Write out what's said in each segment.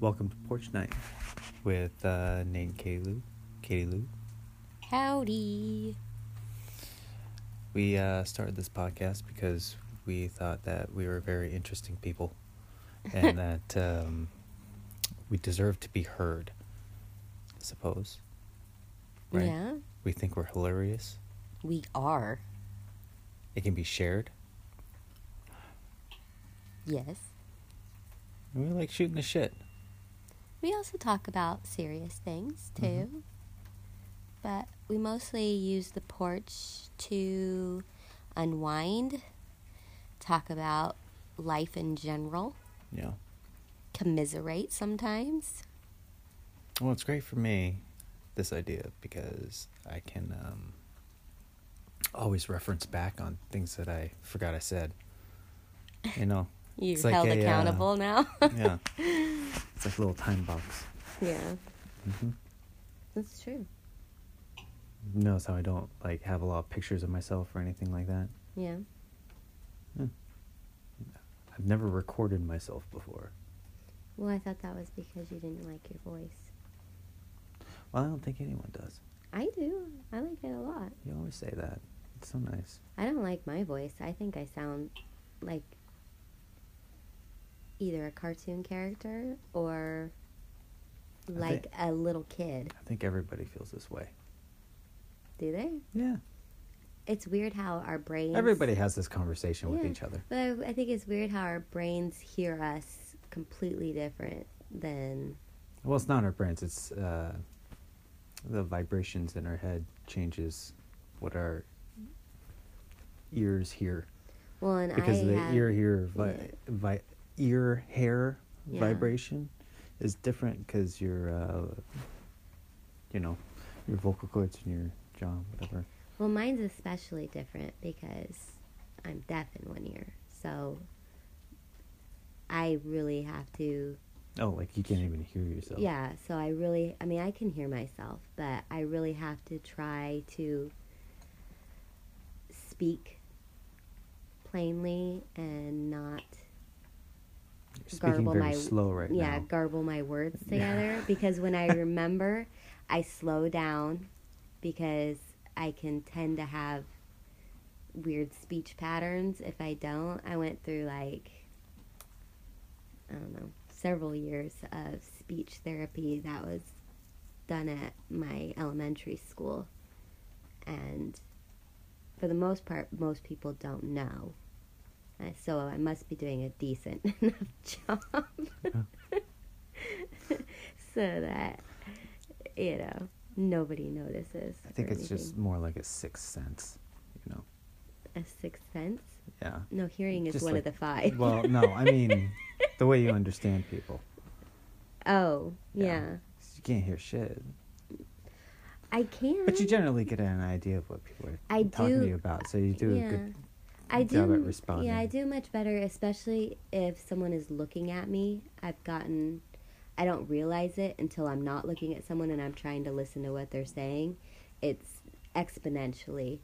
Welcome to Porch Night with uh, Nate Katie Lou. Katie Lou. Howdy. We uh, started this podcast because we thought that we were very interesting people and that um, we deserve to be heard, I suppose. Right? Yeah, We think we're hilarious. we are. It can be shared. Yes. And we like shooting the shit. We also talk about serious things too. Mhm. But we mostly use the porch to unwind, talk about life in general, Yeah. commiserate sometimes. Well, it's great for me, this idea, because I can um, always reference back on things that I forgot I said. You know? You're like held a, uh, accountable now. yeah. It's like a little time box. yeah, hmm that's true. Notice how I don't like have a lot of pictures of myself or anything like that. Yeah. I've never recorded myself before. Well, I thought that was because you didn't like your voice. Well, I don't think anyone does. I do. I like it a lot. You always say that. It's so nice. I don't like my voice. I think I sound like either a cartoon character or thi- like a little kid. I think everybody feels this way. Do they? Yeah. It's weird how our brains. Everybody has this conversation with Yeah. each other. But I, I think it's weird how our brains hear us completely different than. Well, it's not our brains. It's uh, the vibrations in our head changes what our ears hear Well, and because I the have, ear hear vi- yeah. vi- ear hair Yeah. vibration is different because your uh, you know your vocal cords and your jaw whatever. Well, mine's especially different because I'm deaf in one ear, so I really have to Oh, like you can't even hear yourself. Yeah, so I really, I mean, I can hear myself, but I really have to try to speak plainly and not You're speaking garble very my- slow right yeah, now. garble my words Yeah. together because when I remember, I slow down because I can tend to have weird speech patterns if I don't. I went through like I don't know, several years of speech therapy that was done at my elementary school and for the most part most people don't know. Uh, So I must be doing a decent enough job so that you know nobody notices. I think or it's just anything. more like a sixth sense, you know. a sixth sense. Yeah. No, hearing is Just one like- of the five. Well, no, I mean the way you understand people. oh Yeah. yeah. You can't hear shit. I can. But you generally get an idea of what people are I talking to do- you about, so you do a yeah. good. I do. job at m- responding. Yeah, I do much better, especially if someone is looking at me. I've gotten, I don't realize it until I'm not looking at someone and I'm trying to listen to what they're saying. It's exponentially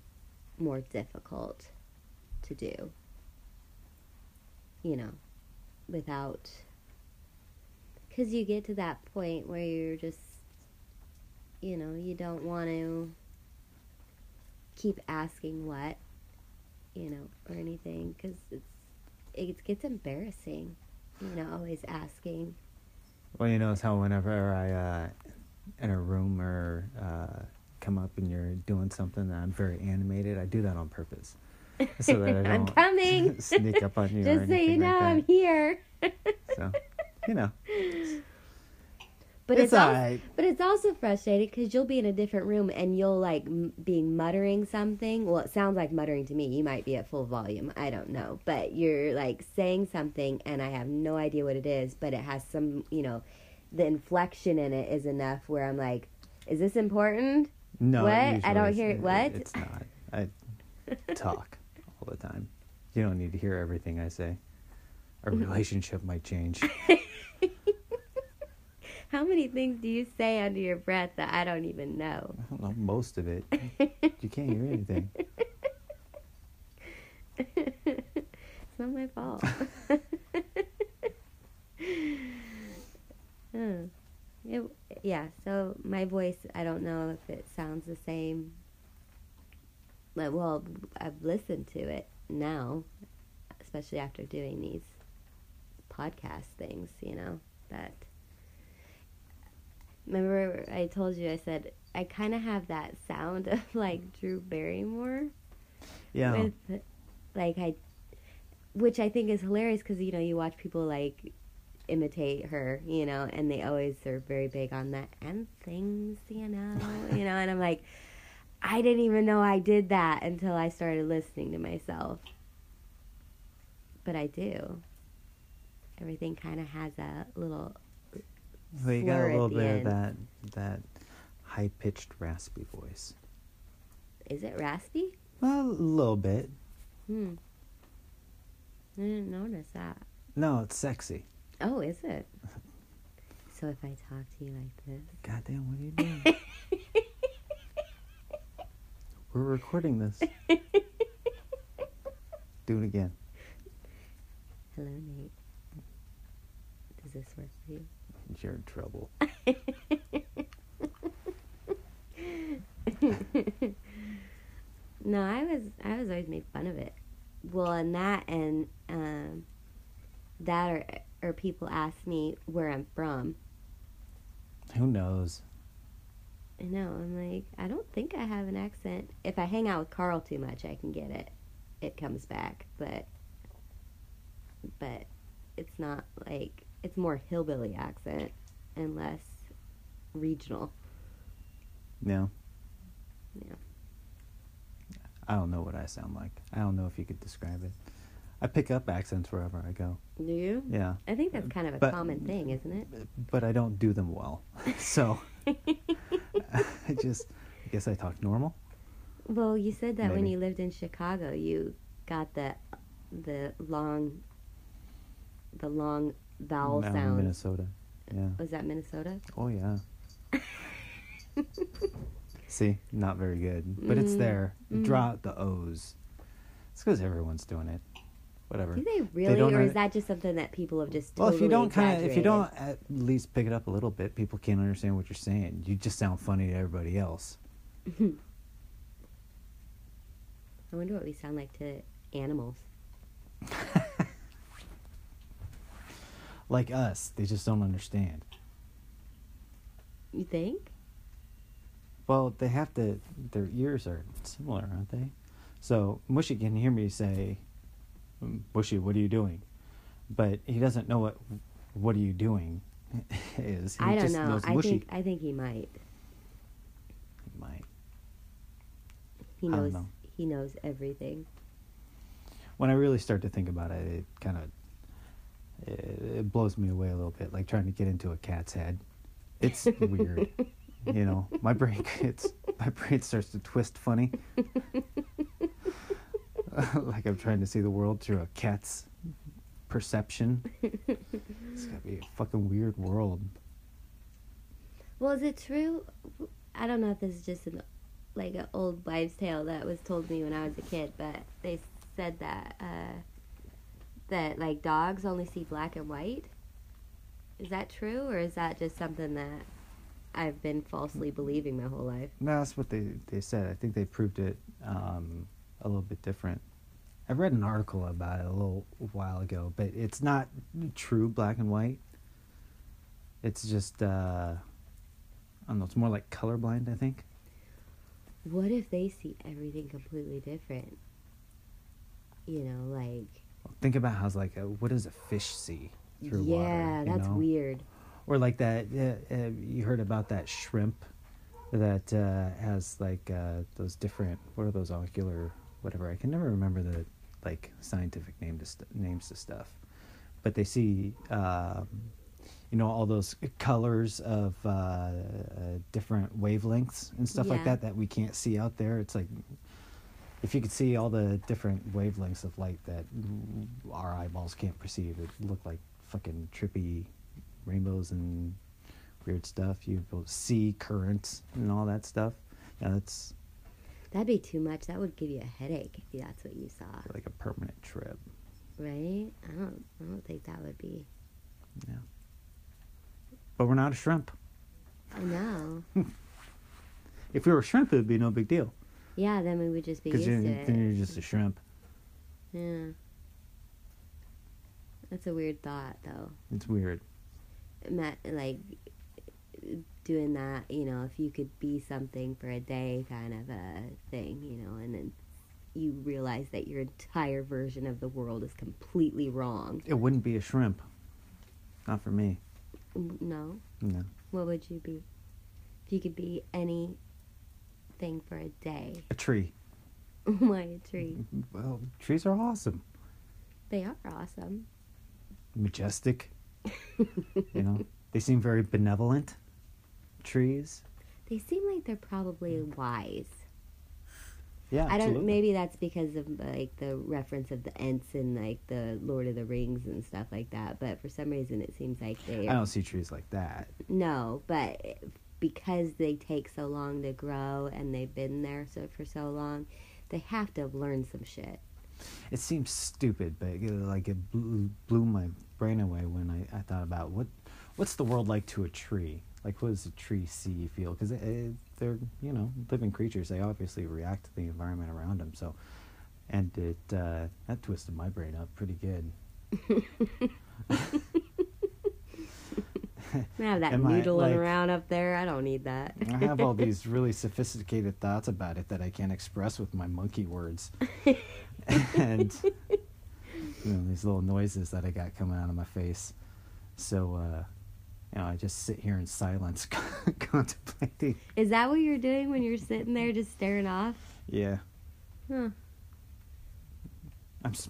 more difficult to do. You know, without. Because you get to that point where you're just, you know, you don't want to keep asking what you know, or anything, because it's it gets embarrassing, you know, always asking. Well, you know, it's how whenever I uh, in a room or uh, come up and you're doing something that I'm very animated, I do that on purpose, so that I I'm don't coming. sneak up on you. or Just so you anything know, like I'm that. here. So, you know, But it's it's, all al- right. but it's also frustrating because you'll be in a different room and you'll like m- be muttering something. Well, it sounds like muttering to me. You might be at full volume. I don't know, but you're like saying something and I have no idea what it is. But it has some, you know, the inflection in it is enough where I'm like, is this important? No, What? it I usually don't is- hear- what? It's not. I talk all the time. You don't need to hear everything I say. Our Mm-hmm. relationship might change. How many things do you say under your breath that I don't even know? I don't know most of it. You can't hear anything. it's not my fault. uh, my voice, I don't know if it sounds the same. Like, well, I've listened to it now, especially after doing these podcast things, you know, that. Remember, I told you, I said, I kind of have that sound of like Drew Barrymore. Yeah. With, like, I. Which I think is hilarious because, you know, you watch people like imitate her, you know, and they always are very big on that and things, you know, you know, and I'm like, I didn't even know I did that until I started listening to myself. But I do. Everything kind of has a little. Well, you got slur a at little the bit of end. that that high pitched raspy voice. Is it raspy? Well, a little bit. Hmm. I didn't notice that. No, it's sexy. Oh, is it? So if I talk to you like this, Goddamn, what are you doing? We're recording this. Do it again. hello, Nate. Does this work for you? You're in trouble. No, I was I was always made fun of it. Well, and that and um, that or or people ask me where I'm from. Who knows? I know I'm like I don't think I have an accent. If I hang out with Carl too much, I can get it. It comes back, but but it's not like it's more hillbilly accent and less regional. No. Yeah. I don't know what I sound like. I don't know if you could describe it. I pick up accents wherever I go. Do you? Yeah. I think that's kind of a Uh, But- common thing, isn't it? But I don't do them well. So I just I guess I talk normal. Well, you said that when Maybe. you lived in Chicago, you got the the long the long vowel Out in sound. Minnesota. Yeah. Was that Minnesota? Oh yeah. See, not very good, but it's Mm, there. mm. Draw out the O's. It's because everyone's doing it. Whatever. Do they really, don't or under- is that just something that people have just Well, totally if you don't kind of, if you exaggerated? don't at least pick it up a little bit, people can't understand what you're saying. You just sound funny to everybody else. I wonder what we sound like to animals. Like us, they just don't understand. You think? Well, they have to. Their ears are similar, aren't they? So Mushy can hear me say, "Mm, "Mushy, what are you doing?" But he doesn't know what "What are you doing" is. He I don't just know. Knows I Mushy. think I think he might. He might. He I don't knows. know. He knows everything. When I really start to think about it, it kind of it, it blows me away a little bit. Like trying to get into a cat's head. It's weird. You know, my brain it's my brain starts to twist funny. like I'm trying to see the world through a cat's perception. It's gotta be a fucking weird world. Well, is it true? I don't know if this is just an like an old wives' tale that was told me when I was a kid, but they said that uh, that like dogs only see black and white. Is that true, or is that just something that I've been falsely believing my whole life? No, that's what they, they said. I think they proved it um, a little bit different. I read an article about it a little while ago, but it's not true black and white. It's just, uh, I don't know, it's more like colorblind, I think. What if they see everything completely different? You know, like Think about how's like, a, what does a fish see through yeah, water? you that's know? weird. Or like that, uh, uh, you heard about that shrimp that uh, has like uh, those different, what are those ocular, whatever. I can never remember the like scientific name to st- names to stuff, but they see, um, you know, all those colors of uh, uh, different wavelengths and stuff like Yeah. that that we can't see out there. It's like if you could see all the different wavelengths of light that our eyeballs can't perceive, it look like fucking trippy rainbows and weird stuff. You'd be able to see currents and all that stuff. Now that's That'd be too much. That would give you a headache if that's what you saw. like a permanent trip. Right? I don't I don't think that would be But we're not a shrimp. I know. If we were shrimp, it would be no big deal. Yeah, then we would just be used Because to then, then it. you're just a shrimp. Yeah. That's a weird thought, though. It's weird. Ma- Like doing that, you know, if you could be something for a day, kind of a thing, you know, and then you realize that your entire version of the world is completely wrong. It wouldn't be a shrimp. Not for me. N- No. No. What would you be? If you could be any thing for a day, A tree. why a tree? Well, trees are awesome. They are awesome. Majestic. you know, they seem very benevolent. Trees. They seem like they're probably wise. Yeah. I don't. Mm. absolutely. Maybe that's because of like the reference of the Ents and like the Lord of the Rings and stuff like that. But for some reason, it seems like they I don't see trees like that. no. But because they take so long to grow and they've been there so for so long, they have to have learned some shit. It seems stupid, but it, like it blew, blew my brain away when I, I thought about what what's the world like to a tree? Like, what does a tree see, feel? Because they're you know living creatures. They obviously react to the environment around them. So, and it uh, that twisted my brain up pretty good. I have that Am I, noodling like- around up there. I don't need that. I have all these really sophisticated thoughts about it that I can't express with my monkey words, and you know, these little noises that I got coming out of my face. So, uh, you know, I just sit here in silence, contemplating. Is that what you're doing when you're sitting there just staring off? Yeah, Huh. I'm s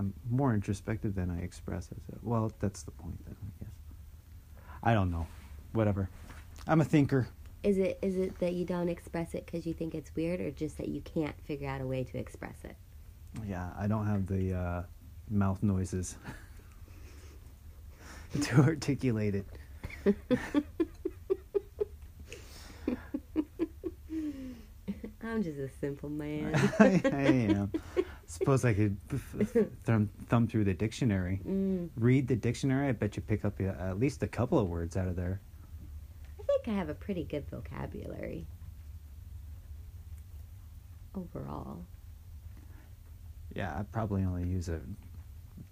am more introspective than I express. I said, well, that's the point, then I guess. I don't know. Whatever. I'm a thinker. Is it is it that you don't express it because you think it's weird, or just that you can't figure out a way to express it? Yeah, I don't have the uh, mouth noises to articulate it. I'm just a simple man. I, I am. Suppose I could thumb, thumb through the dictionary. mm, Read the dictionary. I bet you pick up uh, at least a couple of words out of there. I think I have a pretty good vocabulary overall. Yeah, I probably only use a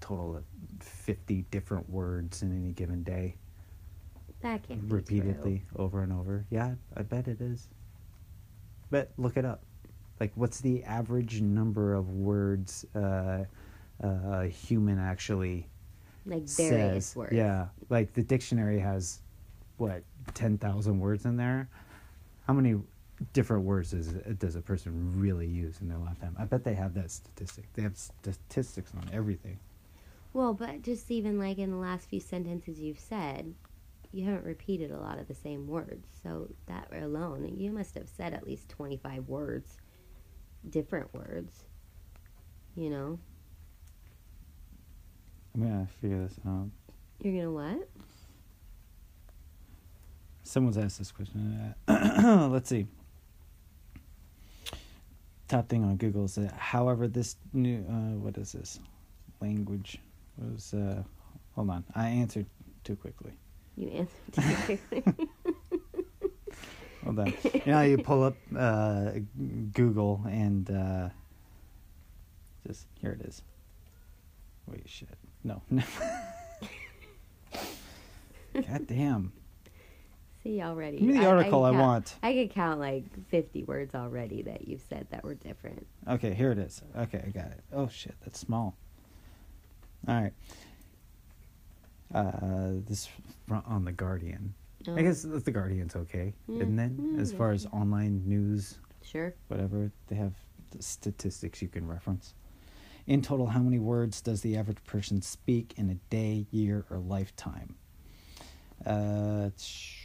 total of 50 different words in any given day, That can't be repeatedly over and over. Yeah, I bet it is. But look it up. Like, what's the average number of words uh, uh, a human actually true. like various says- words. Yeah, like the dictionary has what ten thousand words in there. How many different words does does a person really use in their lifetime? I bet they have that statistic. They have statistics on everything. Well, but just even like in the last few sentences you've said, you haven't repeated a lot of the same words. So that alone, you must have said at least 25 words, different words. You know, I'm gonna figure this out. you're going to what? Someone's asked this question. Uh, Let's see. Top thing on Google is that, however, this new uh, what is this language was? Uh, hold on, I answered too quickly. You answered. Hold on. You know, how you pull up uh, G- Google and uh, just here it is. Wait, shit. No, no. God damn. See already. Give me the I- I article I, could count- want. I could count like 50 words already that you've said that were different. Okay, here it is. Okay, I got it. Oh shit, that's small. All right. Uh, this fr- on the Guardian. Oh, I guess the Guardian's okay, Yeah. and then Yeah, as yeah. far as online news Um, Sure. whatever they have the statistics you can reference in total how many words does the average person speak in a day year or lifetime uh, sh-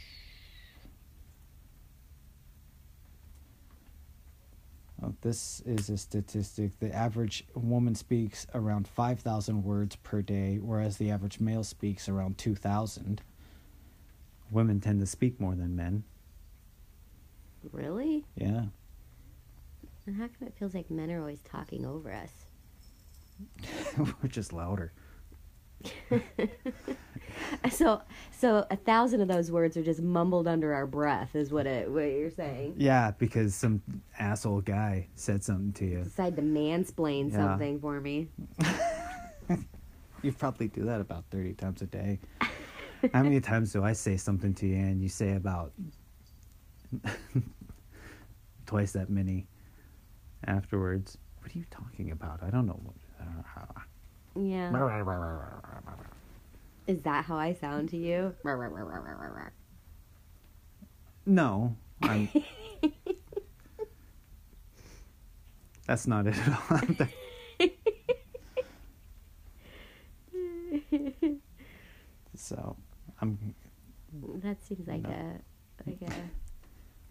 oh, this is a statistic the average woman speaks around 5000 words per day whereas the average male speaks around 2000 women tend to speak more than men Really? yeah And how come it feels like men are always talking over us? we're just louder so so a thousand of those words are just mumbled under our breath is what it what you're saying Yeah, because some asshole guy said something to you. decide to mansplain Yeah. something for me You probably do that about 30 times a day. How many times do I say something to you and you say about twice that many afterwards? What are you talking about? I don't know. what- yeah is that how i sound to you No. I'm... That's not it at all. so, I'm that seems like No. a like a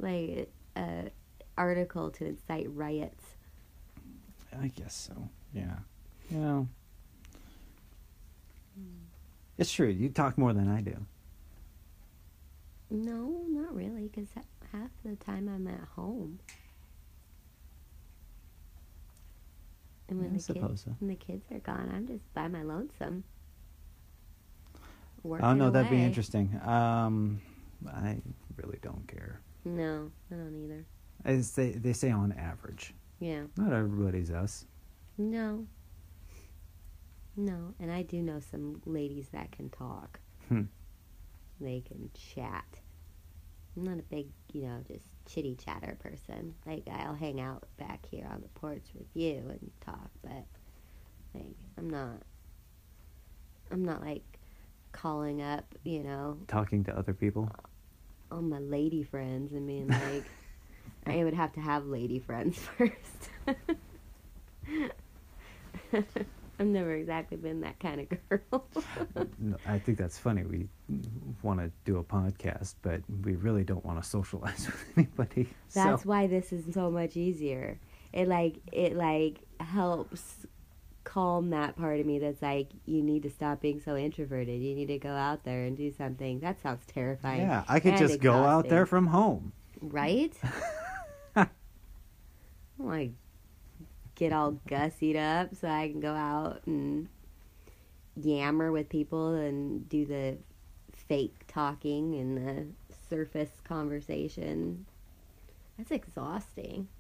like a article to incite riots I guess so. Yeah. You know. It's true. You talk more than I do. no not really because half the time i'm at home and when I the kids suppose so. when the kids are gone i'm just by my lonesome I Working don't know. Oh, That'd be away. interesting. Um, I really don't care. no i don't either As they they say on average, yeah not everybody's us. no no and i do know some ladies that can talk Hmm. they can chat. I'm not a big, you know, just chitty chatter person. Like I'll hang out back here on the porch with you and talk, but like I'm not I'm not like calling up, you know, Talking to other people. all my lady friends and being like I would have to have lady friends first. I've never exactly been that kind of girl. No, I think that's funny. We want to do a podcast, but we really don't want to socialize with anybody. That's so, why this is so much easier. It like it like helps calm that part of me that's like you need to stop being so introverted. You need to go out there and do something. That sounds terrifying. yeah, I could and just go out exhausting. there from home. Right? I'm like get all gussied up so I can go out and yammer with people and do the fake talking and the surface conversation. That's exhausting.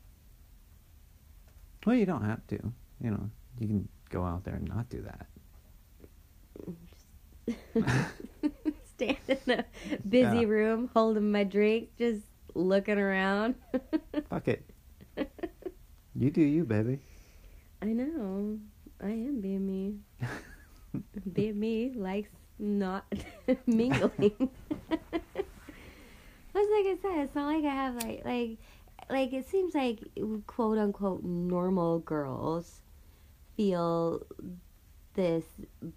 Well, you don't have to. You know, you can go out there and not do that. stand in a busy Yeah. room holding my drink, just looking around. Fuck it. you do you, baby. I know. I am being me. being me likes not mingling. That's like I said, it's not like I have like like like it seems like quote unquote normal girls feel this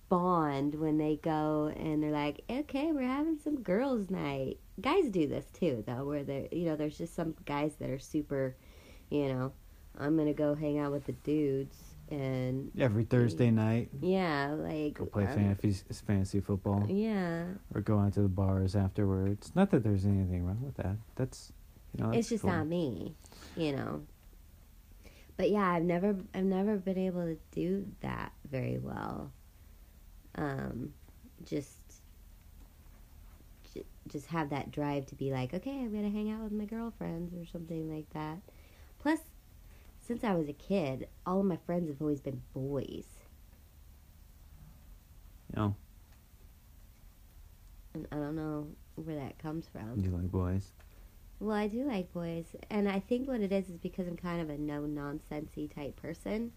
bond when they go and they're like, okay, we're having some girls' night. Guys do this too, though, where they you know there's just some guys that are super, you know, I'm gonna go hang out with the dudes and Every Thursday night, yeah, like go play um, fantasy, fantasy football Yeah, or go out to the bars afterwards. Not that there's anything wrong with that. That's, you know, that's it's just cool. not me, you know. But yeah, I've never I've never been able to do that very well. Um, just j- just have that drive to be like, okay, I'm gonna hang out with my girlfriends or something like that. Plus, since I was a kid, all of my friends have always been boys, You um, know, and I don't know where that comes from. you like boys. Well, I do like boys, and I think what it is is because I'm kind of a no nonsensey type person.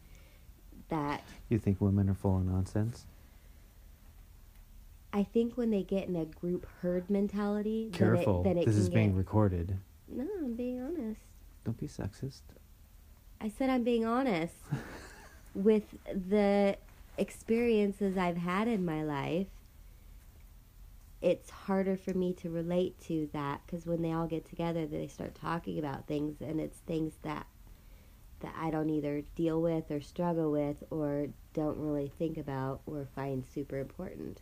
That You think women are full of nonsense? I think when they get in a group herd mentality, Careful. then it, then it this can is being get. recorded. no, I'm being honest. Don't be sexist. I said I'm being honest with the experiences I've had in my life. It's harder for me to relate to that because when they all get together, they start talking about things, and it's things that that I don't either deal with or struggle with or don't really think about or find super important.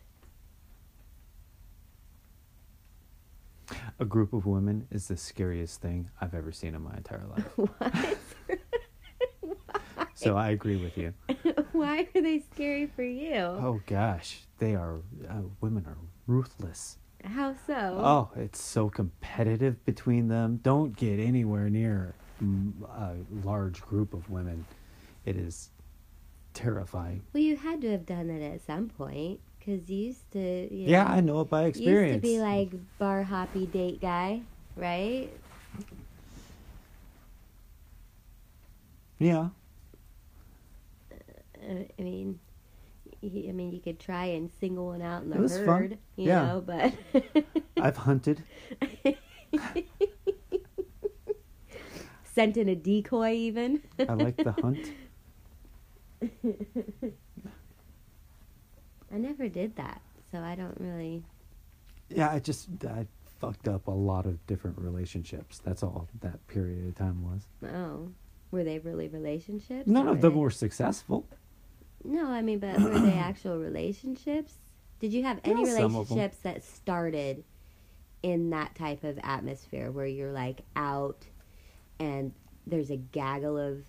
A group of women is the scariest thing I've ever seen in my entire life. What? so I agree with you. Why are they scary for you? Oh gosh, they are. Uh, women are ruthless. How so? Oh, it's so competitive between them. Don't get anywhere near mm, a large group of women. It is terrifying. Well, you had to have done that at some point because you used to. You Yeah, know, I know it by you Used to experience. be like bar hoppy date guy, right? yeah, Uh, I mean, y- I mean, you could try and single one out in the It was fun. herd, you Yeah. know, but I've hunted. sent in a decoy even. I like the hunt. I never did that, so I don't really. Yeah, I just I fucked up a lot of different relationships. That's all that period of time was. Oh, were they really relationships? None or of them they- were successful. No, I mean, but were they actual relationships? Did you have any Yeah, some of 'em. relationships that started in that type of atmosphere where you're like out and there's a gaggle of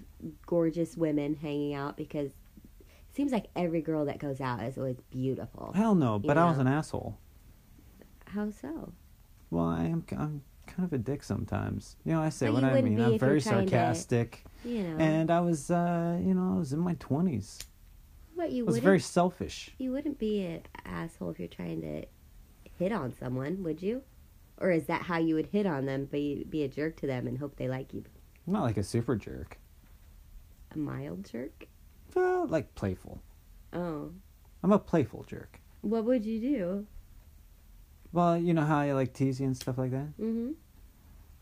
gorgeous women hanging out because it seems like every girl that goes out is always beautiful. Hell no, but I was Yeah. an asshole. How so? Well, I am. I'm kind of a dick sometimes. You know, I say But what you Oh. I wouldn't mean. be I'm if you're very trying to- sarcastic, You know, and I was, uh, you know, I was in my twenties. what I you was wouldn't very selfish. you wouldn't be an asshole if you're trying to hit on someone, would you? Or is that how you would hit on them? Be be a jerk to them and hope they like you. I'm not like a super jerk. A mild jerk? Well, like playful. Oh. I'm a playful jerk. What would you do? Well, you know how I like tease you and stuff like that. Mm-hmm.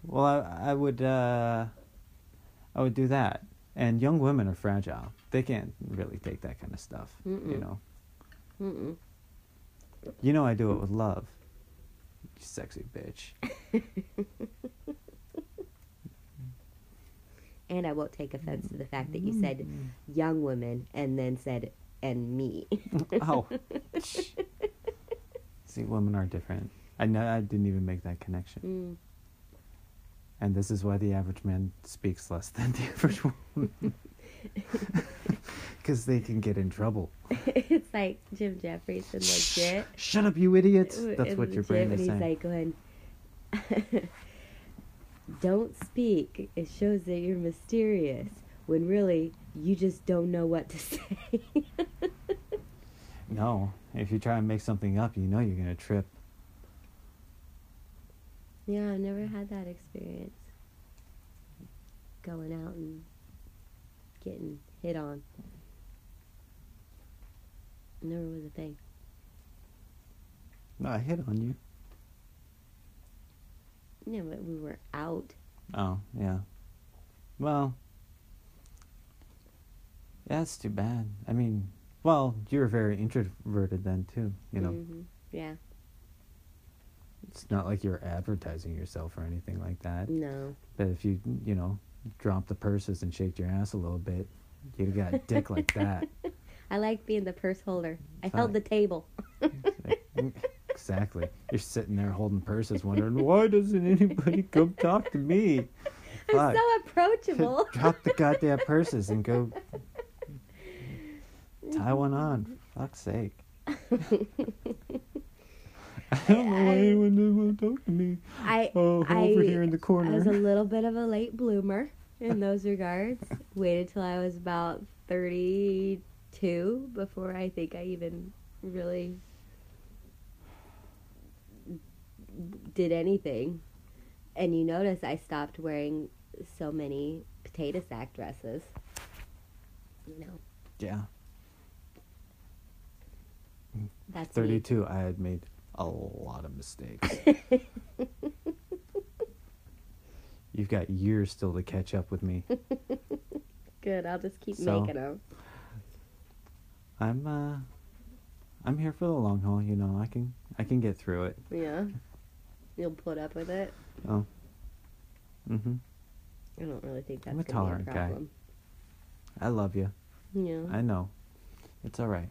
Well, I, I would, uh, I would do that. And young women are fragile. They can't really take that kind of stuff. You Mm-mm. know. Mm-mm. You know I do it with love. You sexy bitch. And I won't take offense to the fact that you said young women and then said and me. oh. See, women are different. I know I didn't even make that connection. Mm. And this is why the average man speaks less than the average woman. Because they can get in trouble. it's like Jim Jeffries and legit. Shut up, you idiots! w- That's in what your legit, brain and is he's saying. like going, "Don't speak. It shows that you're mysterious. When really, you just don't know what to say." no, if you try and make something up, you know you're gonna trip. yeah, I've never had that experience. Going out and getting hit on. Never was a thing. No, I hit on you. Yeah, but we were out. Oh, yeah. Well, that's too bad. I mean, well, you were very introverted then, too. You know, Mhm. Yeah. it's not like you're advertising yourself or anything like that. No. But if you, you know, dropped the purses and shaked your ass a little bit, you'd have got a dick like that. I like being the purse holder. I Fine. held the table. It's like, mm, exactly. You're sitting there holding purses, wondering, why doesn't anybody come talk to me? I'm Fuck. so approachable. Drop the goddamn purses and go tie one on. For fuck's sake. I don't know why I- anyone doesn't want to talk to me. I Oh, I, over here in the I was a corner. little bit of a late bloomer in those regards. Waited till I was about 32 before I think I even really did anything. And you notice I stopped wearing so many potato sack dresses. You know, Yeah, that's me. 32. I had made a lot of mistakes. You've got years still to catch up with me. Good. I'll just keep So- making them. I'm uh, I'm here for the long haul. You know, I can I can get through it. Yeah. You'll put up with it. Oh. Mhm. I don't really think that's I'm gonna a tolerant be guy. a problem. I love you. Yeah. I know. It's all right.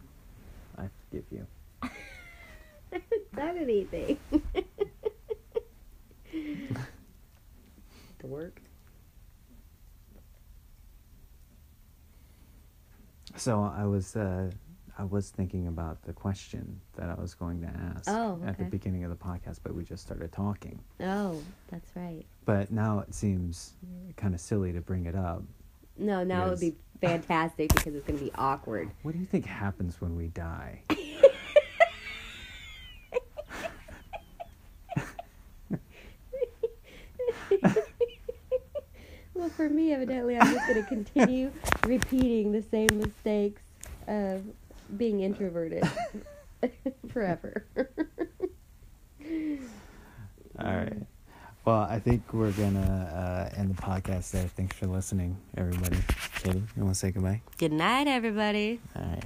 I forgive you. I haven't done anything. Dork. So I was uh, I I was thinking about the question that I was going to ask Oh, at the okay. beginning of the podcast, but we just started talking. Oh, that's right. But now it seems kind of silly to bring it up. No, now it would Yes. be fantastic because it's going to be awkward. What do you think happens when we die? Well, for me, evidently, I'm just going to continue repeating the same mistakes of being introverted forever. All right. Well, I think we're going to uh, end the podcast there. Thanks for listening, everybody. Katie, you want to say goodbye? Good night, everybody. All right.